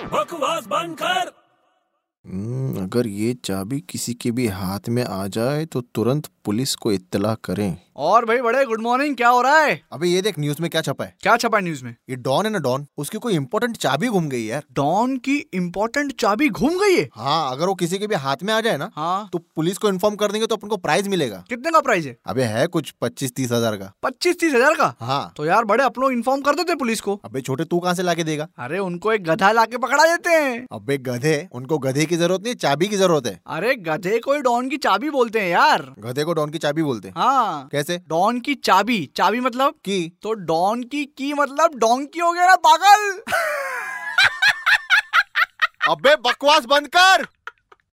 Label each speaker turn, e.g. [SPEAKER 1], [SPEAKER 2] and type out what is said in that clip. [SPEAKER 1] आवाज बंद कर
[SPEAKER 2] हम्म, अगर ये चाबी किसी के भी हाथ में आ जाए तो तुरंत पुलिस को इत्तला करें
[SPEAKER 3] और भाई बड़े गुड मॉर्निंग क्या हो रहा है
[SPEAKER 4] अबे ये देख न्यूज में क्या छपा है
[SPEAKER 3] क्या छपा न्यूज में
[SPEAKER 4] ये डॉन है ना डॉन उसकी कोई इंपॉर्टेंट चाबी घूम गई यार
[SPEAKER 3] डॉन की इम्पोर्टेंट चाबी घूम गई है
[SPEAKER 4] हाँ अगर वो किसी के भी हाथ में आ जाए ना
[SPEAKER 3] हाँ
[SPEAKER 4] तो पुलिस को इन्फॉर्म कर देंगे तो अपन को प्राइज मिलेगा
[SPEAKER 3] कितने का प्राइस है
[SPEAKER 4] अबे है कुछ पच्चीस तीस हजार का
[SPEAKER 3] पच्चीस तीस हजार का
[SPEAKER 4] हाँ
[SPEAKER 3] तो यार बड़े अपनों इन्फॉर्म कर देते पुलिस को
[SPEAKER 4] अबे छोटे तू कहाँ से लाके देगा
[SPEAKER 3] अरे उनको एक गधा लाके पकड़ा देते हैं
[SPEAKER 4] अबे गधे उनको गधे की जरूरत नहीं चाबी की जरूरत है
[SPEAKER 3] अरे गधे को ही डॉन की चाबी बोलते हैं यार
[SPEAKER 4] गधे को डॉन की चाबी बोलते हैं
[SPEAKER 3] हाँ
[SPEAKER 4] कैसे
[SPEAKER 3] डॉन की चाबी चाबी मतलब
[SPEAKER 4] की
[SPEAKER 3] तो डॉन की की मतलब डोंकी हो गया ना पागल
[SPEAKER 4] अबे बकवास बंद कर